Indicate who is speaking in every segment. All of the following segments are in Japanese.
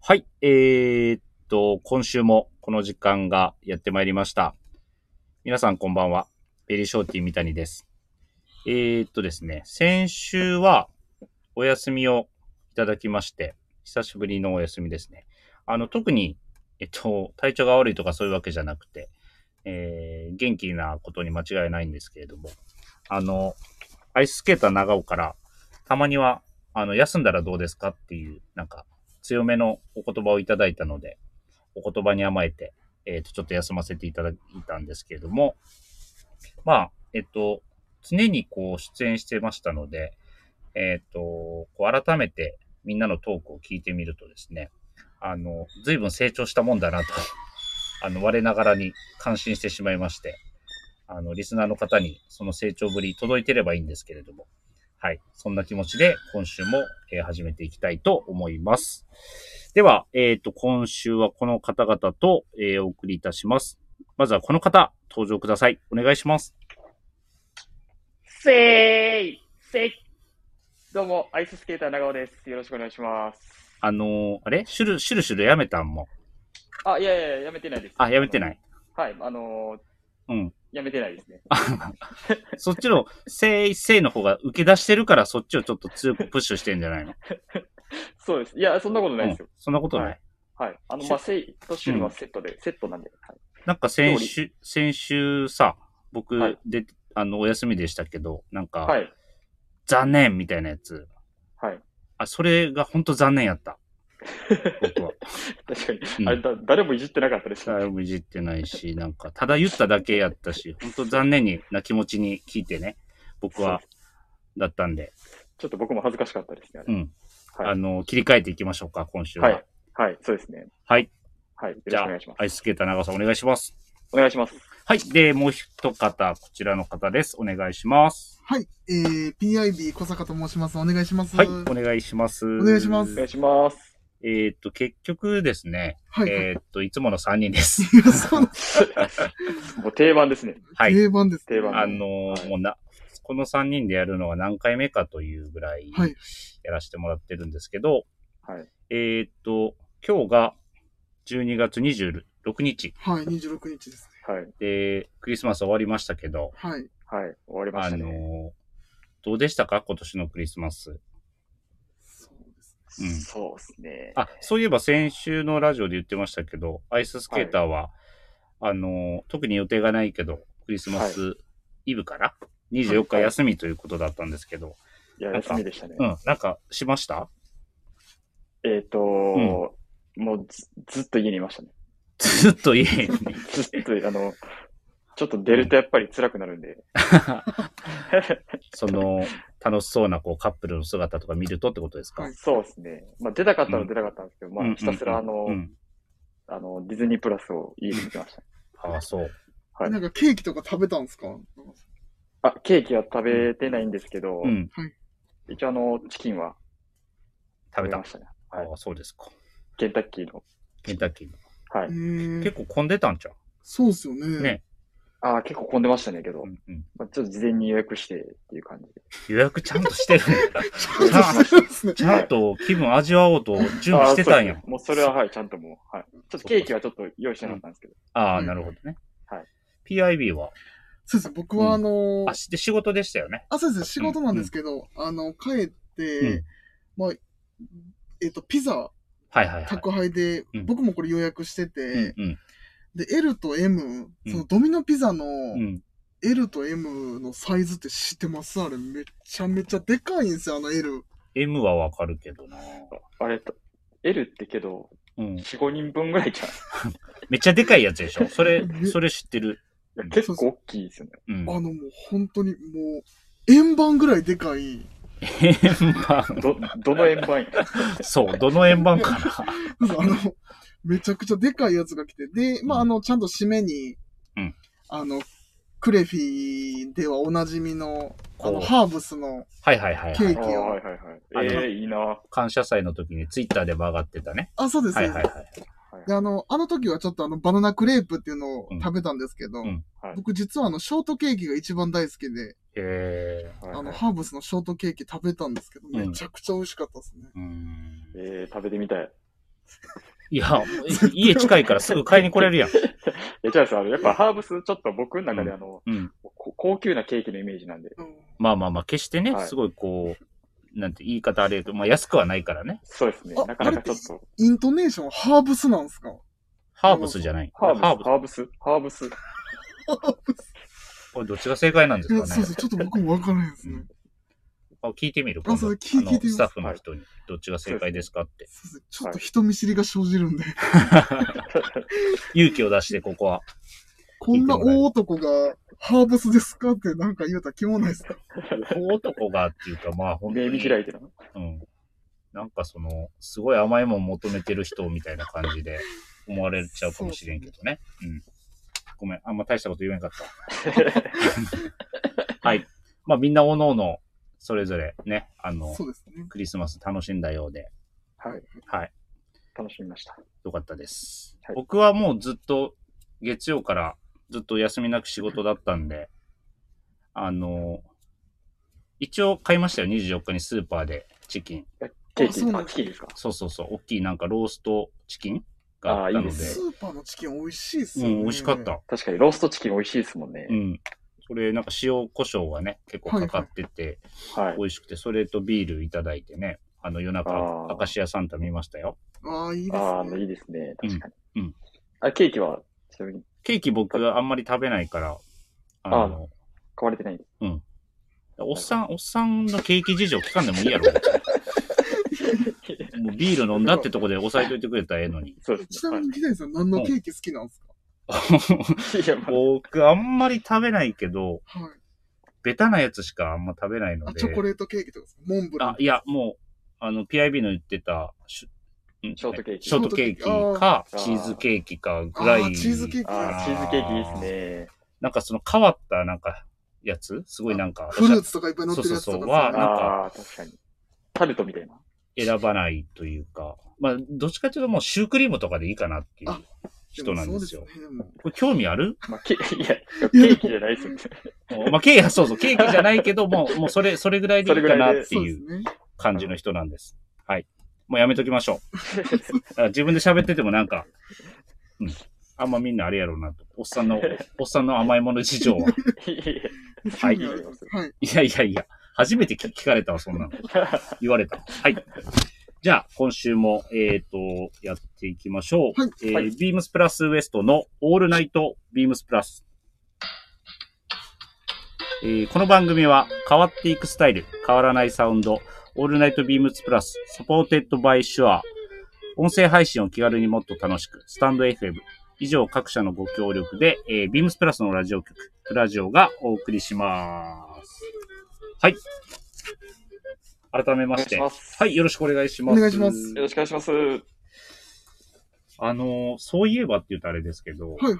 Speaker 1: はい。えー、っと、今週もこの時間がやってまいりました。皆さんこんばんは。ベリーショーティー三谷です。えー、っとですね、先週はお休みをいただきまして、久しぶりのお休みですね。あの、特に、えっと、体調が悪いとかそういうわけじゃなくて、えー、元気なことに間違いないんですけれども、あの、アイススケーター長尾から、たまには、あの、休んだらどうですかっていう、なんか、強めのお言葉をいただいたので、お言葉に甘えて、えっ、と、ちょっと休ませていただいたんですけれども、まあ、えっと、常にこう出演してましたので、えっと、こう改めてみんなのトークを聞いてみるとですね、あの、随分成長したもんだなと、 あの、我ながらに感心してしまいまして、あの、リスナーの方にその成長ぶり届いてればいいんですけれども、はい。そんな気持ちで今週も、えー始めていきたいと思います。では、えっ、と、今週はこの方々と、えーお送りいたします。まずはこの方、登場ください。お願いします。
Speaker 2: せーい、せい。どうも、アイススケーター長尾です。よろしくお願いします。
Speaker 1: あのーあれシュル、シュルシュルやめたんも。
Speaker 2: あ、いやいやいや、やめてないです。
Speaker 1: あ、やめてない。
Speaker 2: はい、あのー、
Speaker 1: うん。
Speaker 2: やめてないですね。
Speaker 1: そっちの、 せい、せいの方が受け出してるから、そっちをちょっと強くプッシュしてんじゃない の
Speaker 2: そうです。いや、そんなことないですよ。
Speaker 1: うんそんなことない。
Speaker 2: ははい。あの、まあ、せいとシュルはセットで、セットなんで。はい、
Speaker 1: なんか先週、先週さ、僕で、
Speaker 2: はい
Speaker 1: あの、お休みでしたけど、なんか、
Speaker 2: はい。
Speaker 1: 残念みたいなやつ。
Speaker 2: はい。
Speaker 1: あ、それが本当残念やった。僕は。
Speaker 2: 確かに、
Speaker 1: うん
Speaker 2: あれだ、誰もいじってなかったですね。
Speaker 1: 誰もいじってないし、なんか、ただ言っただけやったし、本当残念な気持ちに聞いてね、僕は、だったんで、
Speaker 2: ちょっと僕も恥ずかしかったですね。あ
Speaker 1: う
Speaker 2: れ
Speaker 1: ん。
Speaker 2: はい
Speaker 1: あの、切り替えていきましょうか、今週は。
Speaker 2: はい。はい、そうですね。
Speaker 1: はい。
Speaker 2: はい。よ
Speaker 1: じ
Speaker 2: ろしく
Speaker 1: ゃ
Speaker 2: お
Speaker 1: あ
Speaker 2: 願いしま、す。
Speaker 1: アイススケーター長尾さんお願いします。
Speaker 2: お願いします。
Speaker 1: はい。で、もう一方、こちらの方です。お願いします。
Speaker 3: はい、えー、PIB 小坂と申します。お願いします。
Speaker 1: はい。お願いします。お
Speaker 3: 願いしま
Speaker 2: お
Speaker 3: す
Speaker 2: 願いします。
Speaker 1: えーっと、結局ですね、
Speaker 3: はい。
Speaker 1: えーっと、いつもの3人 です。
Speaker 3: いや、そうなんです。
Speaker 2: もう定番ですね。
Speaker 1: はい。
Speaker 3: 定番です。
Speaker 2: 定番
Speaker 1: あのー
Speaker 2: はい
Speaker 1: もうな、この3人でやるのは何回目かというぐらい
Speaker 3: はい
Speaker 1: やらせてもらってるんですけど、
Speaker 2: はい。
Speaker 1: えーっと、今日が12月26日
Speaker 3: はい、26日ですね。
Speaker 2: はい。
Speaker 1: で、クリスマス終わりましたけど、
Speaker 3: はい。
Speaker 2: はい。終わりまし
Speaker 1: あ
Speaker 2: た
Speaker 1: の
Speaker 2: ね。
Speaker 1: ーどうでしたか今年のクリスマス。
Speaker 3: そうです
Speaker 1: うん
Speaker 2: そうですね。
Speaker 1: あ、そういえば先週のラジオで言ってましたけど、アイススケーターは、あのー特に予定がないけど、クリスマスイブから24日休みということだったんですけど、
Speaker 2: いや、
Speaker 1: なんか
Speaker 2: 休みでしたね。
Speaker 1: うん、なんかしました
Speaker 2: えっ、とーもうずずっと家にいましたね。
Speaker 1: ずっと家に。
Speaker 2: ずっと、あの、 ちょっと出るとやっぱり辛くなるんで。
Speaker 1: その、楽しそうなこうカップルの姿とか見るとってことですか、
Speaker 3: はい
Speaker 2: そうですね。まあ出たかったら出たかったんですけど、
Speaker 1: うんうんう
Speaker 2: ま
Speaker 1: ん
Speaker 2: あひたすらあの、
Speaker 1: うん。
Speaker 2: あの、ディズニープラスを家で見てましたね。
Speaker 1: ああ、そう。
Speaker 2: はい
Speaker 3: なんかケーキとか食べたんですか
Speaker 2: あ、ケーキは食べてないんですけど、
Speaker 1: うん。
Speaker 2: 一応あの、チキンは
Speaker 1: 食べた。
Speaker 2: ましたね。はい
Speaker 1: ああ、そうですか。
Speaker 2: ケンタッキーの。
Speaker 1: ケンタッキーの。
Speaker 2: は
Speaker 3: え
Speaker 2: い。
Speaker 3: ー
Speaker 1: 結、構混んでたんちゃ
Speaker 3: そうっすよ
Speaker 1: う
Speaker 3: ね。
Speaker 1: ね、
Speaker 2: ああ、結構混んでましたねけど、
Speaker 1: うんうん。
Speaker 2: まあ、ちょっと事前に予約してっていう感じで。
Speaker 1: 予約ちゃんと してるね。
Speaker 3: ちょっとしてるんですね。
Speaker 1: ちゃんと気分味わおうと準備してたん
Speaker 2: あーそうで
Speaker 1: や
Speaker 2: す。ねもうそれははい、ちゃんともう、はい。ちょっとケーキはちょっと用意してなかったんですけど。
Speaker 1: ああ、
Speaker 3: うん
Speaker 1: なるほどね。
Speaker 2: はい。
Speaker 1: PIB は、
Speaker 3: そうですね。僕はあのー
Speaker 1: あ、しで仕事でしたよね。
Speaker 3: あ、そうですね。仕事なんですけど、あの、帰って、
Speaker 1: うん
Speaker 3: まあ、えっ、と、ピザ
Speaker 1: はいはいはい。
Speaker 3: 宅配で、
Speaker 1: うん
Speaker 3: 僕もこれ予約してて、
Speaker 1: うんうん
Speaker 3: で、L と M、
Speaker 1: うん
Speaker 3: そのドミノピザの、
Speaker 1: うん。
Speaker 3: L と M のサイズって知ってますあれめちゃめちゃでかいんですよ、あの L。
Speaker 1: M はわかるけどな。
Speaker 2: あれと、L ってけど、
Speaker 1: うん。
Speaker 2: 4、5人分ぐらいじゃん。い
Speaker 1: めっちゃでかいやつでしょ。そ れ、それ知ってる。
Speaker 2: や結構大きいですよね。
Speaker 1: うん
Speaker 3: あ。のもう本当にもう、円盤ぐらいでかい。
Speaker 1: 円盤。
Speaker 2: ど、どの円盤や
Speaker 1: そう、どの円盤か な。
Speaker 3: あの、めちゃくちゃでかいやつが来て。で、まあ、あの、ちゃんと締めに、
Speaker 1: うん
Speaker 3: あの、クレフィではおなじみの、あ
Speaker 1: こ
Speaker 3: の、
Speaker 1: う
Speaker 3: ハーブスの
Speaker 1: はいはいはい
Speaker 3: ケ
Speaker 1: は
Speaker 3: ー
Speaker 1: い。
Speaker 3: キ
Speaker 2: あー
Speaker 3: を。
Speaker 2: はいはいはい。え
Speaker 1: あの
Speaker 2: えー、いいな。は
Speaker 1: 感謝祭の時にツイッターでも上がってたね。
Speaker 3: あ、そうです、
Speaker 1: はいはい
Speaker 3: そうです
Speaker 1: はい。
Speaker 3: で、あの、あの時はちょっとあの、バナナクレープっていうのを
Speaker 1: うん
Speaker 3: 食べたんですけど、
Speaker 1: うん
Speaker 2: はい
Speaker 3: 僕実はあの、ショートケーキが一番大好きで、
Speaker 1: え
Speaker 2: いはい
Speaker 3: あの、ハーブスのショートケーキ食べたんですけど、
Speaker 1: ん
Speaker 3: めちゃくちゃ美味しかったですね。
Speaker 1: ー。うーん。
Speaker 2: えー、食べてみたい。
Speaker 1: いや、家近いからすぐ買いに来れるや ん。
Speaker 2: や、違うんですよあの、やっぱハーブス、ちょっと僕の中であの、
Speaker 1: うん。
Speaker 2: こ高級なケーキのイメージなんで。
Speaker 3: うん
Speaker 1: まあまあまあ、決してね、
Speaker 2: はい
Speaker 1: すごいこう、なんて言い方あれやけど、まあ安くはないからね。
Speaker 2: そうですね
Speaker 3: あ。
Speaker 2: なかなかちょっと、
Speaker 3: イントネーションハーブスなんすか
Speaker 1: ハーブスじゃない。
Speaker 2: ハーブス、ハーブス、ハーブス。
Speaker 1: スこれどっちが正解なんで
Speaker 3: い
Speaker 1: す
Speaker 3: や、
Speaker 1: か
Speaker 3: そう
Speaker 1: ね
Speaker 3: そう、。ちょっと僕もわからないですね。
Speaker 1: あ聞いてみる
Speaker 3: あそう聞い
Speaker 1: 今度
Speaker 3: 聞いてみます
Speaker 1: スタッフの人に、どっちが正解ですかって。
Speaker 3: そうそうちょっと人見知りが生じるんで、
Speaker 1: 勇気を出して、ここ は。
Speaker 3: こんな大男がハーブスですかってなんか言うたら気もないですか
Speaker 1: 男がっていうか、まあ本当
Speaker 2: 目見
Speaker 1: に。
Speaker 2: 開いてるの。
Speaker 1: うん。なんかその、すごい甘いもん求めてる人みたいな感じで思われちゃうかもしれんけどね。うん。ごめん、あんま大したこと言えんかった。はい。まあみんなおのおの、それぞれね、あの、
Speaker 3: そうですね。
Speaker 1: クリスマス楽しんだようで、
Speaker 2: はい。
Speaker 1: はい。
Speaker 2: 楽しみました。
Speaker 1: よかったです。
Speaker 2: はい
Speaker 1: 僕はもうずっと、月曜からずっと休みなく仕事だったんで、あの、一応買いましたよ、24日にスーパーでチキン。
Speaker 2: ケー
Speaker 3: あそう
Speaker 2: キ、
Speaker 3: な
Speaker 2: あ、
Speaker 3: んだ
Speaker 2: チキンですか
Speaker 1: そうそうそう、大きいなんかローストチキンがあったので、
Speaker 2: あーいいです
Speaker 3: ス
Speaker 2: ね
Speaker 3: ーパーのチキン美味しいっす
Speaker 1: う
Speaker 3: よね。
Speaker 1: ん、美味しかっ。た。
Speaker 2: 確かにローストチキン美味しいですもんね。
Speaker 1: うん。それ、なんか塩、胡椒がね、結構かかってて、
Speaker 2: はい。
Speaker 1: 美味しくて、それとビールいただいてね、あの夜中
Speaker 2: あ、ー
Speaker 1: アカシアサンタ見ましたよ。
Speaker 3: ああ、いいで
Speaker 2: ああ、
Speaker 3: す
Speaker 2: い
Speaker 3: ね。
Speaker 2: いですね。確かに。
Speaker 1: うんうん
Speaker 2: あ、ケーキは、ちなみに、
Speaker 1: ケーキ僕あんまり食べないから、あの、
Speaker 2: 買われてない。
Speaker 1: おっさん、おっさんのケーキ事情聞かんでもいいやろ。もうビール飲んだってとこで抑えといてくれたらええのに。
Speaker 2: そうで
Speaker 3: ち
Speaker 2: すね。
Speaker 3: な
Speaker 2: はい
Speaker 3: みに、ギタリさん何のケーキ好きなんですか
Speaker 2: いや、 まあ、
Speaker 1: 僕あんまり食べないけど、
Speaker 3: はい。
Speaker 1: ベタなやつしかあんま食べないの
Speaker 3: あ、
Speaker 1: で。
Speaker 3: チョコレートケーキとかですかモンブラ
Speaker 1: あ
Speaker 3: ン、。
Speaker 1: いや、もう、あの、PIB の言ってた、シュん
Speaker 2: ショートケーキ
Speaker 1: ショートケーキか、
Speaker 2: あー
Speaker 1: チーズケーキかぐ
Speaker 3: あ
Speaker 1: ら
Speaker 3: あ、
Speaker 1: い。
Speaker 3: チーズケーキ
Speaker 2: あ
Speaker 3: が
Speaker 2: あ、チーズケーキいいですね。
Speaker 1: なんかその変わった、なんか、やつすごいなんか、
Speaker 3: フルーツとかいっぱい乗ってるやつとかですよ
Speaker 1: そうそうそうあ
Speaker 3: ね。
Speaker 2: ああー、確かに。タルトみたいな。
Speaker 1: 選ばないというか、まあ、どっちかというともうシュークリームとかでいいかなっていう
Speaker 3: あ
Speaker 1: 人なんですよ
Speaker 3: も。そうですね。でも
Speaker 1: これ興味ある
Speaker 2: まあ、ケ いや、ケーキじゃないですよね。
Speaker 1: まあ、ケーキ、そうそう、ケーキじゃないけど、もう、もうそれ、それぐらいでいいかなって
Speaker 3: そう
Speaker 1: い
Speaker 3: です
Speaker 1: う
Speaker 3: ね。
Speaker 1: 感じの人なんです。はい。もうやめときましょう。だから自分で喋っててもなんか、うん。あんまみんなあれやろうなと。おっさんの、おっさんの甘いもの事情は。
Speaker 2: いやいや
Speaker 1: はい
Speaker 3: 興味あります はい。
Speaker 1: いやいやいや、初めて聞聞かれたわ、そんなの。言われた。はい。じゃあ、今週も、えっ、と、やっていきましょう。
Speaker 3: はい
Speaker 1: えー
Speaker 2: はい
Speaker 1: ビームスプラスウエストのオールナイトビームスプラス。えーこの番組は変わっていくスタイル、変わらないサウンド、オールナイトビームスプラス、サポーテッドバイシュア、音声配信を気軽にもっと楽しく、スタンド FM、以上各社のご協力で、えービームスプラスのラジオ局、プラジオがお送りします。はい。改め
Speaker 2: お
Speaker 1: ま
Speaker 2: 願
Speaker 1: し、
Speaker 2: いしてます。
Speaker 1: はい、よろしくお願いします。
Speaker 3: お願いします
Speaker 2: よろしくお願いします。
Speaker 1: あのー、そういえばって言うとあれですけど、
Speaker 3: はい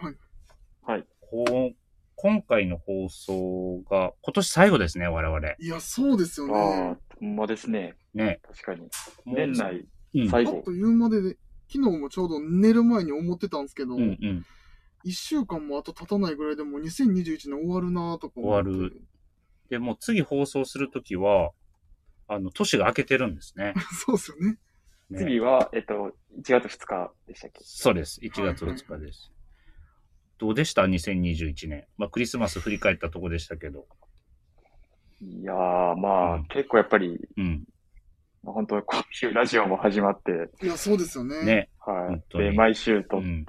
Speaker 3: はい。
Speaker 1: こう今回の放送が今年最後ですね、我々。
Speaker 3: いや、そうですよ
Speaker 2: あ
Speaker 3: ね。
Speaker 2: あ、ほんまですね。
Speaker 1: ね。
Speaker 2: 確かに。
Speaker 1: もう
Speaker 2: 年内
Speaker 1: うん
Speaker 2: 最
Speaker 3: あ
Speaker 2: 後
Speaker 3: っ。という間でね、昨日もちょうど寝る前に思ってたんですけど、
Speaker 1: うんうん。
Speaker 3: 一週間もあと経たないぐらいでもう2021年終わるなぁとか思って
Speaker 1: 終わる。で、もう次放送するときは、あの、年が明けてるんですね。
Speaker 3: そうですよね。
Speaker 1: ね
Speaker 2: 次は、えっと、1月2日でしたっけ
Speaker 1: そうです。1月2日です。どうでした ?2021 年。まあ、クリスマス振り返ったとこでしたけど。
Speaker 2: いやー、まあ、
Speaker 1: うん
Speaker 2: 結構やっぱり、
Speaker 1: うん。
Speaker 2: まあ本当今週ラジオも始まって、
Speaker 3: いや、そうですよね。
Speaker 1: ね。
Speaker 2: は
Speaker 1: 本
Speaker 2: い。
Speaker 1: 当に
Speaker 2: で、毎週撮ってっ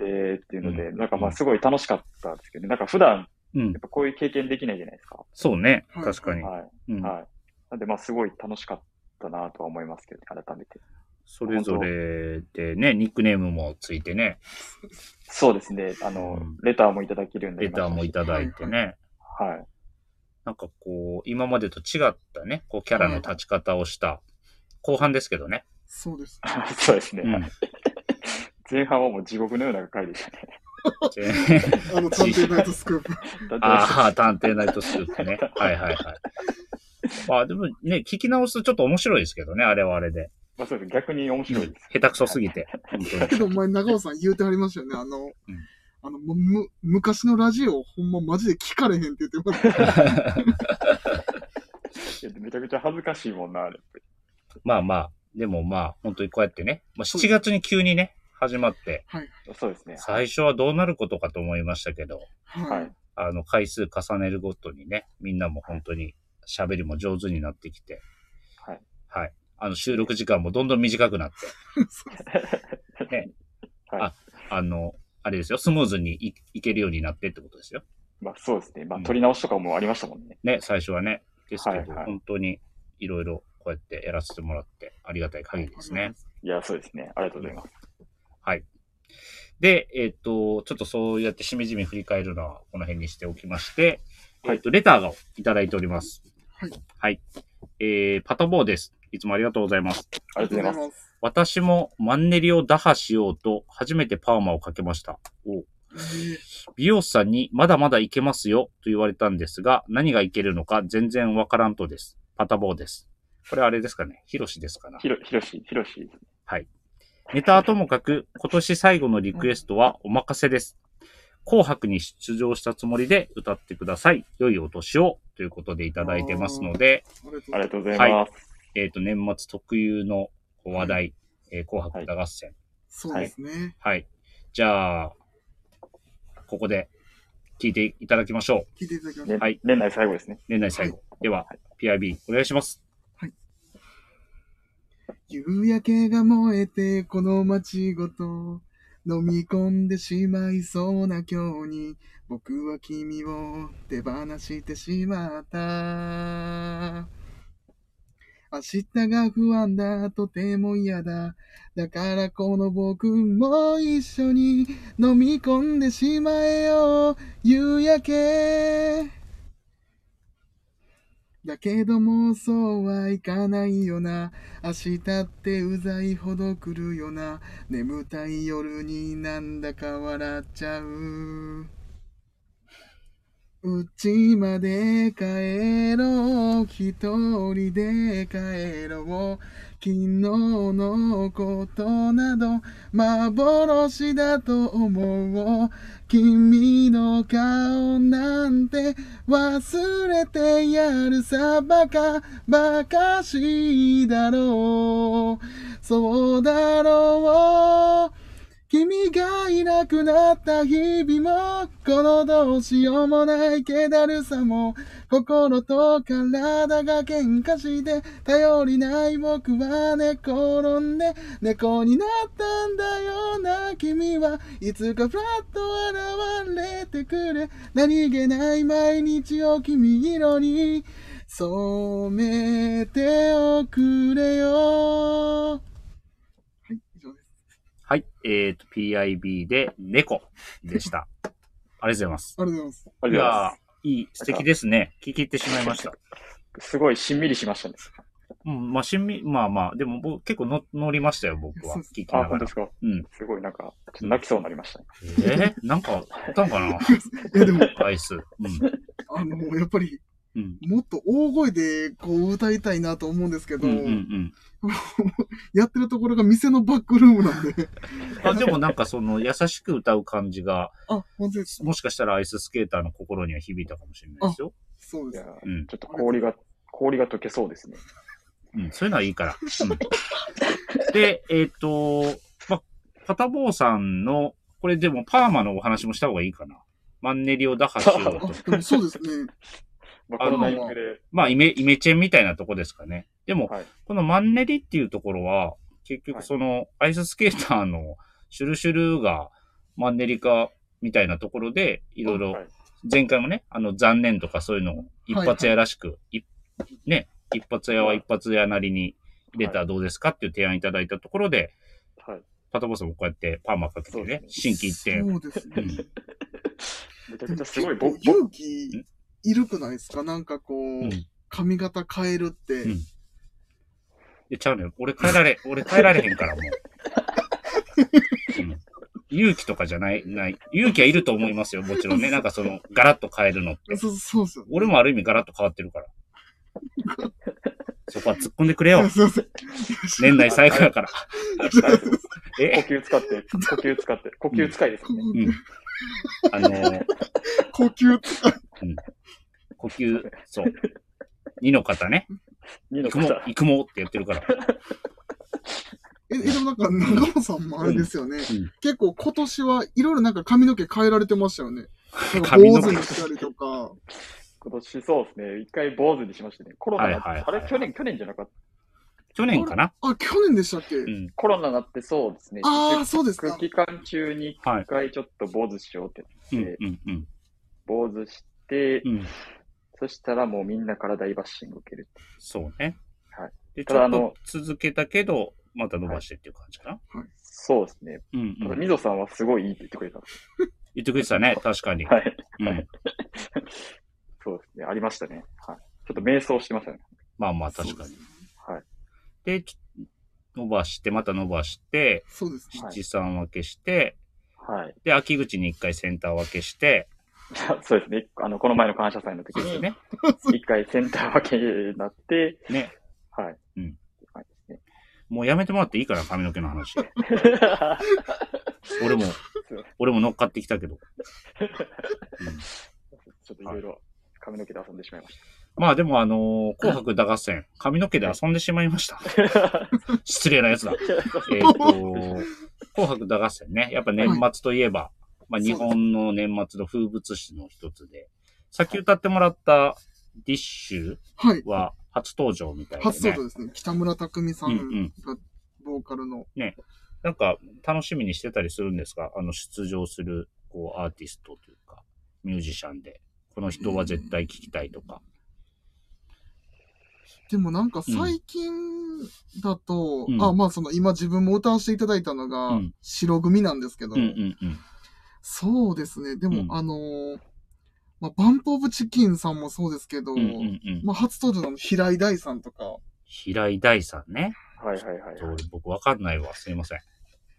Speaker 2: ていうので、
Speaker 1: うん
Speaker 2: なんかまあすごい楽しかったんですけどね。なんか普段、
Speaker 1: うん
Speaker 2: やっ。ぱこういう経験できないじゃないですか。
Speaker 1: そうね。
Speaker 3: はい
Speaker 1: 確かに。
Speaker 2: は
Speaker 1: う
Speaker 2: い。
Speaker 1: ん。
Speaker 2: はい。なんでまあすごい楽しかったなとは思いますけど、ね、改めて。
Speaker 1: それぞれでね、ニックネームもついてね。
Speaker 2: そうですね。あの、
Speaker 1: うん
Speaker 2: レターもいただけるようにな
Speaker 1: レ
Speaker 2: りまし
Speaker 1: ター
Speaker 2: たし
Speaker 1: もいただいてね。
Speaker 2: はい。
Speaker 1: なんかこう、今までと違ったね、こうキャラの立ち方をした、後半ですけどね。
Speaker 3: そうです。
Speaker 2: そうですね。
Speaker 1: うん
Speaker 2: 前半はもう地獄のような回でしたね。
Speaker 3: あの、探偵ナイトスクープ。
Speaker 2: だって
Speaker 1: ああ、探偵ナイトスクープね。はいはいはい。まあでもね、聞き直すとちょっと面白いですけどね、あれはあれで。
Speaker 2: まあそうです。逆に面白いです。
Speaker 1: 下手くそすぎて。本当に
Speaker 3: けど、お前、長尾さん言うてはりましたよね。あの、あの、もうむ、昔のラジオ、ほんまマジで聞かれへんって言ってました。
Speaker 2: いやめちゃくちゃ恥ずかしいもんな、あれ。
Speaker 1: まあまあ、でもまあ、本当にこうやってね、まあ、7月に急にね、始まって、
Speaker 3: はい。
Speaker 2: そうですね。
Speaker 1: 最初はどうなることかと思いましたけど、
Speaker 3: は
Speaker 2: はいい。。
Speaker 1: あの、回数重ねるごとにね、みんなも本当に喋りも上手になってきて、
Speaker 2: はい。
Speaker 1: はい。あの、収録時間もどんどん短くなって、
Speaker 2: はい。
Speaker 1: ああの、あれですよ、スムーズにいいけるようになってってことですよ。
Speaker 2: まあそうですね。まあ
Speaker 1: うん
Speaker 2: 取り直しとかもありましたもんね。
Speaker 1: ね、最初はね。ですけど、
Speaker 2: はいはい
Speaker 1: 本当にいろいろこうやってやらせてもらってありがたい限りですね。。
Speaker 2: いや、そうですね。ありがとうございます。
Speaker 1: はい。で、えっ、と、ちょっとそうやってしみじみ振り返るのはこの辺にしておきまして、
Speaker 2: はい
Speaker 1: えっ、と、レターをいただいております。
Speaker 3: はい。
Speaker 1: はい。えー、パトボーです。いつもありがとうございます。
Speaker 2: ありがとうございます。
Speaker 3: す。
Speaker 1: 私もマンネリを打破しようと初めてパーマをかけました。お美容師さんにまだまだいけますよと言われたんですが、何がいけるのか全然わからんとです。パタボーです。これあれですかねヒロシですかな
Speaker 2: ひろ、ひろし、ひろし。
Speaker 1: ネタはともかく、今年最後のリクエストはお任せです。紅白に出場したつもりで歌ってください。良いお年をということでいただいてますので、
Speaker 2: ありが
Speaker 3: と
Speaker 2: とうございます。
Speaker 1: えっ、と、年末特有のお話題、えー紅白歌合戦。
Speaker 3: うございます。そうですね。
Speaker 1: はい。じゃあ、ここで聞いていただきましょう。
Speaker 3: 聞いていただきまし
Speaker 2: ね
Speaker 3: た。
Speaker 1: はい
Speaker 2: 年内最後ですね。
Speaker 1: 年内最後。では、PIB お願いします。
Speaker 3: 夕焼けが燃えてこの街ごと飲み込んでしまいそうな今日に僕は君を手放してしまった明日が不安だとても嫌だだからこの僕も一緒に飲み込んでしまえよ夕焼けだけどもそうはいかないよな明日ってうざいほど来るよな眠たい夜になんだか笑っちゃううちまで帰ろう一人で帰ろう昨日のことなど幻だと思う君の顔なんて忘れてやるさバカバカしいだろうそうだろう君がいなくなった日々もこのどうしようもない気だるさも心と体が喧嘩して頼りない僕は寝転んで猫になったんだよな君はいつかフラッと現れてくれ何気ない毎日を君色に染めておくれよはい以上です
Speaker 1: はい。えっ、と、PIB で猫でした。ありがとうございます。
Speaker 3: ありがとうございます
Speaker 2: あ
Speaker 1: い
Speaker 2: りがとうございま
Speaker 1: やーいい、素敵ですね。聞き入ってしまいました。
Speaker 2: す。すごいしんみりしましたね。
Speaker 1: うん、まあ、しんみ、まあまあ、でも僕結構の乗りましたよ、僕は
Speaker 3: そうそ。
Speaker 1: 聞き
Speaker 2: あ、
Speaker 1: なが
Speaker 2: 本
Speaker 1: ら
Speaker 2: 当で。すか。
Speaker 1: うん。
Speaker 2: すごいなんか、ちょっと泣きそうになりましたね。
Speaker 1: えー、なんか、あったんかな
Speaker 3: いやでも
Speaker 1: アイス。うん。
Speaker 3: あのやっぱり
Speaker 1: うん。
Speaker 3: もっと大声でこう歌いたいなと思うんですけ
Speaker 1: う
Speaker 3: ど、
Speaker 1: んうんうん。
Speaker 3: やってるところが店のバックルームなんで
Speaker 1: あ、でもなんかその優しく歌う感じが、
Speaker 3: あ本当です
Speaker 1: もしかしたらアイススケーターの心には響いたかもしれないですよ。
Speaker 3: そう
Speaker 2: い
Speaker 3: で
Speaker 2: や
Speaker 3: す
Speaker 2: ー
Speaker 1: うん。
Speaker 2: ちょっと氷が、氷が溶けそうですね。
Speaker 1: うん、そういうのはいいから。うん、で、えっ、と、ま、パタボーさんの、これでもパーマのお話もした方がいいかな。マンネリを打破しようと。
Speaker 3: あでもそうですね
Speaker 2: まあ、このタイミングで。
Speaker 1: まあ、イメ、イメチェンみたいなとこですかね。でも、
Speaker 2: はい
Speaker 1: このマンネリっていうところは、結局その、アイススケーターのシュルシュルがマンネリ化みたいなところで、いろいろ
Speaker 2: はい、
Speaker 1: 前回もね、あの、残念とかそういうのを一発屋らしく、いね、一発屋は一発屋なりに入れたらどうですかっていう提案いただいたところで、
Speaker 2: はい。
Speaker 1: パトボスもこうやってパーマかけて
Speaker 2: そうで
Speaker 1: ね
Speaker 2: す、ね
Speaker 1: 新規行って、
Speaker 3: そうですね
Speaker 2: めちゃく
Speaker 3: で
Speaker 2: ち
Speaker 3: も
Speaker 2: ゃすごい、ぼ、ぼ
Speaker 3: 結構、勇気いるくないですかなんかこう、
Speaker 1: うんうん
Speaker 3: 髪型変えるって、
Speaker 1: うんで、ちゃうね俺変えられ、俺変えられへんから、もう、うん勇気とかじゃない、ない。勇気はいると思いますよ、もちろんね。なんかその、ガラッと変えるのって。
Speaker 3: そうそうですよ、ね。。
Speaker 1: 俺もある意味ガラッと変わってるから。そこは突っ込んでくれよ
Speaker 3: すいません。
Speaker 1: 年内最後やから。
Speaker 2: あれですよ呼
Speaker 1: え
Speaker 2: 吸使って、呼吸使って、呼吸使いですよね。
Speaker 1: うん。あのー
Speaker 3: 呼吸つか、
Speaker 1: 呼吸、そう。二の方ね。
Speaker 2: 二の
Speaker 1: 行くも
Speaker 2: 方、。
Speaker 1: 行くもってやってるから。
Speaker 3: え、えでもなんか長尾さんもあれですよね。
Speaker 1: ん
Speaker 3: 結構今年はいろいろなんか髪の毛変えられてましたよね。なんか
Speaker 1: 髪の
Speaker 3: 坊
Speaker 1: 毛
Speaker 3: 主にしたりとか。
Speaker 2: 今年そうですね、一回坊主にしましたね。コロナになって、
Speaker 1: はいはいはい
Speaker 2: あれ、去年、去年じゃなかった。
Speaker 1: 去年かな
Speaker 3: あ、去年でしたっけ、
Speaker 1: うん。
Speaker 2: コロナになってそうですね。
Speaker 3: ああ、そうです
Speaker 2: 自
Speaker 3: か。
Speaker 2: 粛期間中に一
Speaker 1: はい。
Speaker 2: 回ちょっと坊主しようって、
Speaker 1: うん、うん、うん。
Speaker 2: 坊主して、
Speaker 1: うん。
Speaker 2: そしたらもうみんなから大バッシング受ける。
Speaker 1: そうね。
Speaker 2: はい。
Speaker 1: で、ち
Speaker 2: ただ
Speaker 1: ょ
Speaker 2: あ
Speaker 1: っ
Speaker 2: の
Speaker 1: と続けたけど、また伸ばしてっていう感じかな。
Speaker 2: そうですね。
Speaker 1: うん、う
Speaker 2: ただ、
Speaker 1: ん。
Speaker 2: みぞさんはすごいいいって言ってくれたんです。
Speaker 1: 言ってくれてたね、確かに。
Speaker 2: はい。
Speaker 1: うん。
Speaker 2: そうですね。ありましたね。はい。ちょっと迷走してましたね。
Speaker 1: まあまあ、確かに。
Speaker 2: はい。
Speaker 1: で、ち伸ばして、また伸ばして、
Speaker 3: そうですね。
Speaker 2: はい
Speaker 1: 七三分けして、
Speaker 2: はい。
Speaker 1: で、秋口に一回センター分けして、
Speaker 2: いや そうですね。あの、この前の感謝祭の
Speaker 1: そ
Speaker 2: 時
Speaker 1: うです
Speaker 2: に、
Speaker 1: ね。
Speaker 2: 一回センター分けになって、
Speaker 1: ね。
Speaker 2: はい。
Speaker 1: うん
Speaker 2: はいですね。
Speaker 1: もうやめてもらっていいかな、髪の毛の 話。俺も、俺も乗っかってきたけど。
Speaker 2: ちょっといろいろ髪の毛で遊んでしまいまし
Speaker 1: まあでもあのー紅白歌合戦、髪の毛で遊んでしまいま した。
Speaker 2: た。
Speaker 1: 失礼なやつだ。えっ、と、 紅白歌合戦ね。やっぱ年末といえば、まあ日本の年末の風物詩の一つで、さっき歌ってもらったディッシ
Speaker 3: はい
Speaker 1: ュ。は初登場みたいな、ね。
Speaker 3: 初登場ですね。北村匠海さ
Speaker 1: うん
Speaker 3: ん
Speaker 1: うん。
Speaker 3: がボーカルの。
Speaker 1: なんか楽しみにしてたりするんですが、あの出場するこうアーティストというか、ミュージシャンで、この人は絶対聞きたいとか。
Speaker 3: でもなんか最近だと、
Speaker 1: うん
Speaker 3: あ、まあその今自分も歌わせていただいたの
Speaker 1: う
Speaker 3: が
Speaker 1: ん、
Speaker 3: 白組なんですけど、
Speaker 1: うんうんうん。
Speaker 3: そうですね。でも、
Speaker 1: うん
Speaker 3: あのーまあ、バンプオブチキンさんもそうですけど、
Speaker 1: うんうんうん。
Speaker 3: まあ、初登場の平井大さんとか、
Speaker 1: 平井大さんね。
Speaker 2: はいはいはい
Speaker 1: ちょっと僕わかんないわ。すいません。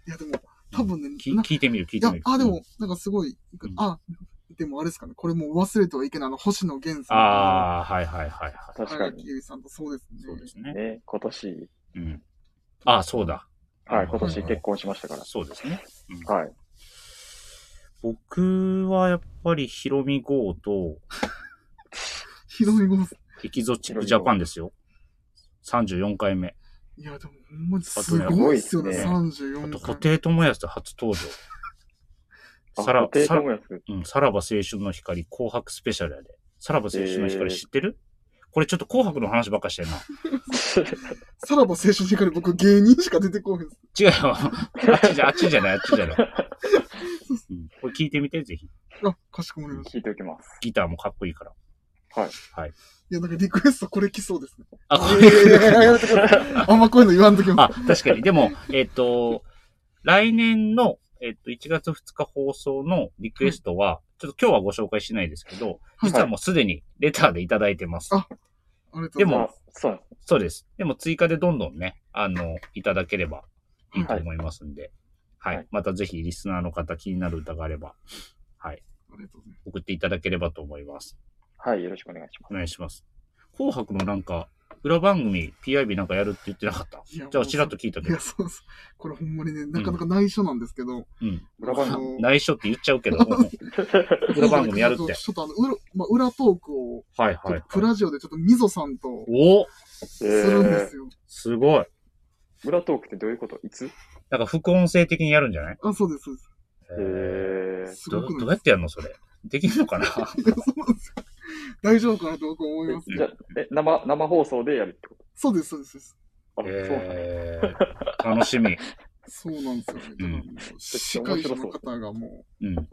Speaker 3: いやでも、多分ね、
Speaker 1: き
Speaker 3: な
Speaker 1: 聞いてみる、聞い
Speaker 3: い
Speaker 1: て
Speaker 3: や
Speaker 1: みる、。
Speaker 3: あ、でも、なんかすごい、
Speaker 1: うん
Speaker 3: あ、でもあれですかね、これもう忘れてはいけない、あの、星野源さんとか、
Speaker 1: ああ、はいはいはいは
Speaker 2: 確か
Speaker 3: 荒
Speaker 2: に
Speaker 3: 木。由衣さんとそうです
Speaker 1: い。そうで
Speaker 3: ね。
Speaker 1: すね。
Speaker 2: ね、今年、
Speaker 1: うん。ああ、そうだ。
Speaker 2: はい、
Speaker 1: うん
Speaker 2: 今年結婚しましたか
Speaker 1: そうですね。うん
Speaker 2: ら。はい。
Speaker 1: 僕はやっぱりヒロミ号と
Speaker 3: ひどいごめんなさ
Speaker 1: エキゾチックジャパンですよ。34回目。
Speaker 3: いいや、でも、ほんまにすごいっすよね、
Speaker 2: あと
Speaker 1: あと、
Speaker 3: 34
Speaker 1: 布
Speaker 3: 回。
Speaker 1: 袋友康初登場。さら、
Speaker 2: 定
Speaker 1: さら
Speaker 2: と、もやす。
Speaker 1: うん、さらば青春の光、紅白スペシャルやで。さらば青春の光
Speaker 2: えー
Speaker 1: 知ってる、これちょっと紅白の話ばっかしてるな。
Speaker 3: さらば青春しっかり僕芸人しか出てこへんっす。
Speaker 1: 違うよ。あっちじゃ、あっちじゃない、あっちじゃない。うんこれ聞いてみて、ぜひ。
Speaker 3: あ、かしこまりまし た。
Speaker 2: 聞いておきます。
Speaker 1: ギターもかっこいいから。
Speaker 3: いや、なんかリクエストこれ来そうですね。
Speaker 1: あ、こ
Speaker 3: いやいやいややめてくださいあんまこういうの言わんときも。
Speaker 1: あ、確かに。でも、えっ、と、来年の、えっ、と、1月2日放送のリクエストは、ちょっと今日はご紹介しないですけど、
Speaker 3: はい
Speaker 1: 実はもうすでにレターでいただいてます。
Speaker 3: あありがとうございます
Speaker 1: でも
Speaker 2: あ、そう なんです。
Speaker 1: そうです。でも追加でどんどんね、あの、いただければいいと思いますんで、はい。
Speaker 2: はい
Speaker 1: またぜひリスナーの方気になる歌があれば、はい。
Speaker 3: ありがとうございます。
Speaker 1: 送っていただければと思います。
Speaker 2: はい、よろしくお願いします
Speaker 1: お。願いします。紅白のなんか、裏番組、PIB なんかやるって言ってなかった
Speaker 3: いや
Speaker 1: じゃあ、ちらっと聞いた
Speaker 3: い
Speaker 1: けど
Speaker 3: や、。そうそう。これほんまにね、なかなか内緒なんですけど。
Speaker 1: うん。
Speaker 2: 裏番
Speaker 3: あ
Speaker 2: 組。
Speaker 3: の
Speaker 1: 内緒って言っちゃ うけど。裏番組やるって
Speaker 3: ちょっとあの、裏、まあ、裏トークを、
Speaker 1: はい
Speaker 3: ち
Speaker 1: は
Speaker 3: ょ
Speaker 1: い、は
Speaker 3: っ
Speaker 1: い
Speaker 3: と。プラジオでちょっとみぞさんと
Speaker 1: お
Speaker 3: するんです
Speaker 2: え
Speaker 3: よ。
Speaker 1: すごい。
Speaker 2: ー裏トークってどういうこといつ
Speaker 1: なんか副音声的にやるんじゃない
Speaker 3: あ、そうです、そうです。
Speaker 2: えー
Speaker 3: す
Speaker 1: ど
Speaker 3: ごく
Speaker 1: ど
Speaker 3: ないう
Speaker 1: やってやるのそれ。できるのかな
Speaker 3: いや そうなんですよ。大丈夫かなと僕は思います。
Speaker 2: じゃあえ生、生放送でやるってこ
Speaker 3: そうです、そうですそうです。
Speaker 2: とあ、そうなんだ。
Speaker 1: えー、楽しみ。
Speaker 3: そうなんですよね。だからもう、司会者の方がも
Speaker 1: うん。
Speaker 3: う、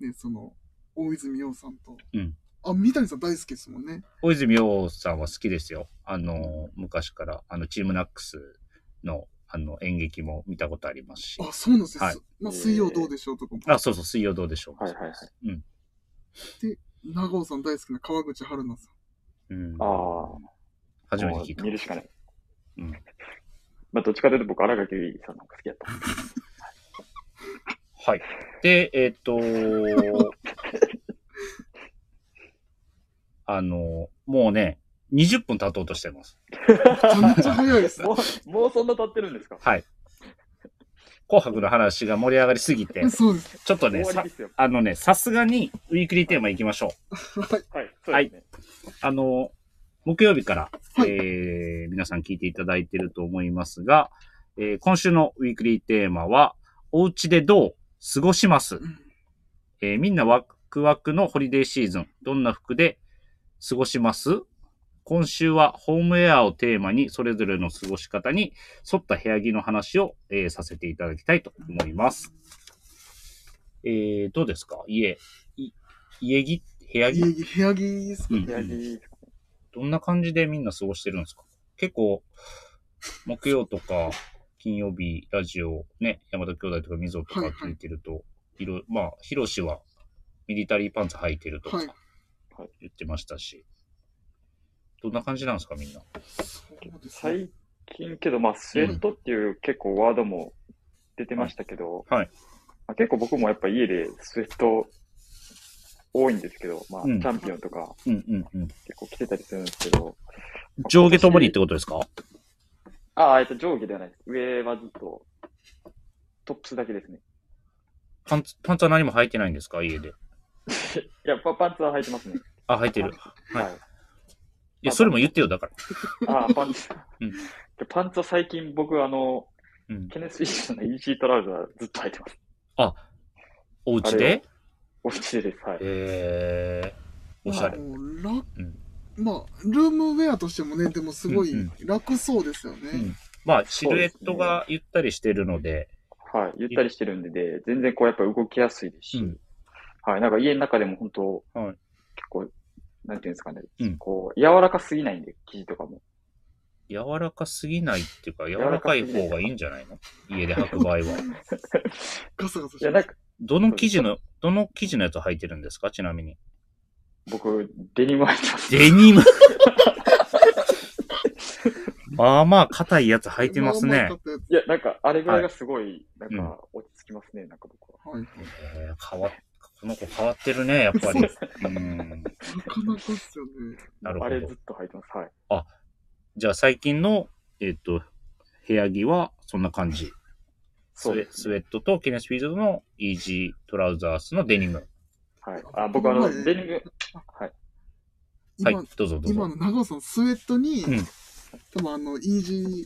Speaker 3: ね、その、大泉洋さんと。
Speaker 1: うん
Speaker 3: あ、三谷さん大好きですもんね。
Speaker 1: 大泉洋さんは好きですよ。あの、昔から、あの、チームナックスの、あの、演劇も見たことありますし。
Speaker 3: あ、そうなんですよ。
Speaker 1: はい
Speaker 3: まあ、水曜どうでしょうとかも。
Speaker 1: あ、そうそう、水曜どうでしょう。
Speaker 2: はいはいはい。
Speaker 3: 長尾さん大好きな川口春奈さん。
Speaker 1: うん。
Speaker 2: ああ。
Speaker 1: 初めて聞いた
Speaker 2: もう見。るしかない。
Speaker 1: うん
Speaker 2: まあ、どっちかというと僕、荒垣結衣さんの方が好きだった。
Speaker 1: はい。で、えーっと、あの、もうね、20分経とうとしてます。
Speaker 3: めっちゃ早 いですね。
Speaker 2: もう、もうそんな経ってるんですか
Speaker 1: はい。紅白の話が盛り上がりすぎ て、
Speaker 3: そうです。
Speaker 1: ちょっと
Speaker 2: 終
Speaker 1: ね、
Speaker 2: わ
Speaker 1: さ
Speaker 2: りですよ。
Speaker 1: あのね、さすがにウィークリーテーマ行きましょう。
Speaker 2: はい、そうですね。
Speaker 1: あの、木曜日から、
Speaker 3: はい
Speaker 1: えー皆さん聞いていただいてると思いますが、えー今週のウィークリーテーマは、お家でどう過ごします、えーみんなワクワクのホリデーシーズン、どんな服で過ごします今週はホームウェアをテーマに、それぞれの過ごし方に沿った部屋着の話を、えーさせていただきたいと思います。えー、どうですか家、い家着部屋着
Speaker 3: 家着、部屋着ですか
Speaker 1: うん
Speaker 2: 部屋着
Speaker 1: どんな感じでみんな過ごしてるんですか結構、木曜とか金曜日、ラジオ、ね、山田兄弟とか溝とか
Speaker 3: はいはい
Speaker 1: 聞いてると、いろ、まあ、ヒロシはミリタリーパンツ履いてるとか
Speaker 3: はい
Speaker 1: 言ってましたし、どんな感じなんですかみんな。
Speaker 3: そうですね。
Speaker 2: 最近けど、まあ、スウェットっていう結構ワードも出てましたけど、
Speaker 1: はい
Speaker 2: まあ、結構僕もやっぱ家でスウェット多いんですけど、まあ、
Speaker 1: うん
Speaker 2: チャンピオンとか
Speaker 1: うんうんうん。
Speaker 2: 結構着てたりするんですけど、
Speaker 1: 上下ともにってことですか
Speaker 2: ああ、えっと、上下ではないです。上はずっとトップスだけですね。
Speaker 1: パンツ、パンツは何も履いてないんですか家で。
Speaker 2: いや、パパンツは履いてますね。
Speaker 1: あ、履いてる。はい
Speaker 2: はい
Speaker 1: いや、それも言ってよ、だから。
Speaker 2: ああ、パンツ。
Speaker 1: うん
Speaker 2: でパンツは最近僕、あの、
Speaker 1: うん。
Speaker 2: ケネス・フィッシュの EC トラウザーずっと履いてます。
Speaker 1: お家
Speaker 2: あ
Speaker 1: で
Speaker 2: れお家でです。はい。
Speaker 1: えー、おしゃれ。
Speaker 3: もう楽
Speaker 1: うん
Speaker 3: まあ、ルームウェアとしてもね、でもすごい
Speaker 1: うん
Speaker 3: 楽そうですよ
Speaker 1: うん
Speaker 3: ね。
Speaker 1: まあ、シルエットがゆったりしてるので、
Speaker 2: はい。ゆったりしてるんでで、全然こうやっぱ動きやすいですし、
Speaker 1: うん
Speaker 2: はい。なんか家の中でも本当、
Speaker 1: はい
Speaker 2: 結構、なんていうんですかね、
Speaker 1: うん
Speaker 2: こう、柔らかすぎないんで、生地とかも。
Speaker 1: 柔らかすぎないっていうか、柔らかい方がいいんじゃないの家で履く場合 は。
Speaker 3: ガサガサし
Speaker 2: いや、
Speaker 3: て
Speaker 2: なんか
Speaker 1: どの生地の、どの生地のやつ履いてるんですかちなみに。
Speaker 2: 僕、デニム履いてます。
Speaker 1: デニム まあまあ、硬いやつ履いてます
Speaker 3: まあ
Speaker 1: ね
Speaker 3: まあ。買ったやつ
Speaker 2: いや、なんか、あれぐらいがすごい、なん
Speaker 1: う
Speaker 2: か、落ち着きますね、なんか僕は。
Speaker 3: はい。な
Speaker 1: えー、変わっ、この子変わってるね、やっぱり。うん。
Speaker 3: かなかっすよね。
Speaker 1: なる
Speaker 2: あれ
Speaker 1: ほ
Speaker 2: ず
Speaker 1: ど
Speaker 2: っ。と履いてます。はい。
Speaker 1: じゃあ最近の、えっ、と、部屋着はそんな感じ。スウ
Speaker 2: そう
Speaker 1: ェ
Speaker 2: です
Speaker 1: スウェットとケネスフィールドのイージートラウザースのデニム。
Speaker 2: はい。あ、僕、あの、
Speaker 3: うん
Speaker 2: デニム、はい。
Speaker 1: は
Speaker 3: 今、
Speaker 1: い、どうぞどう
Speaker 3: 今
Speaker 1: ぞ。
Speaker 3: の長尾さん、スウェットに、
Speaker 1: うん
Speaker 3: 多分あの、イージ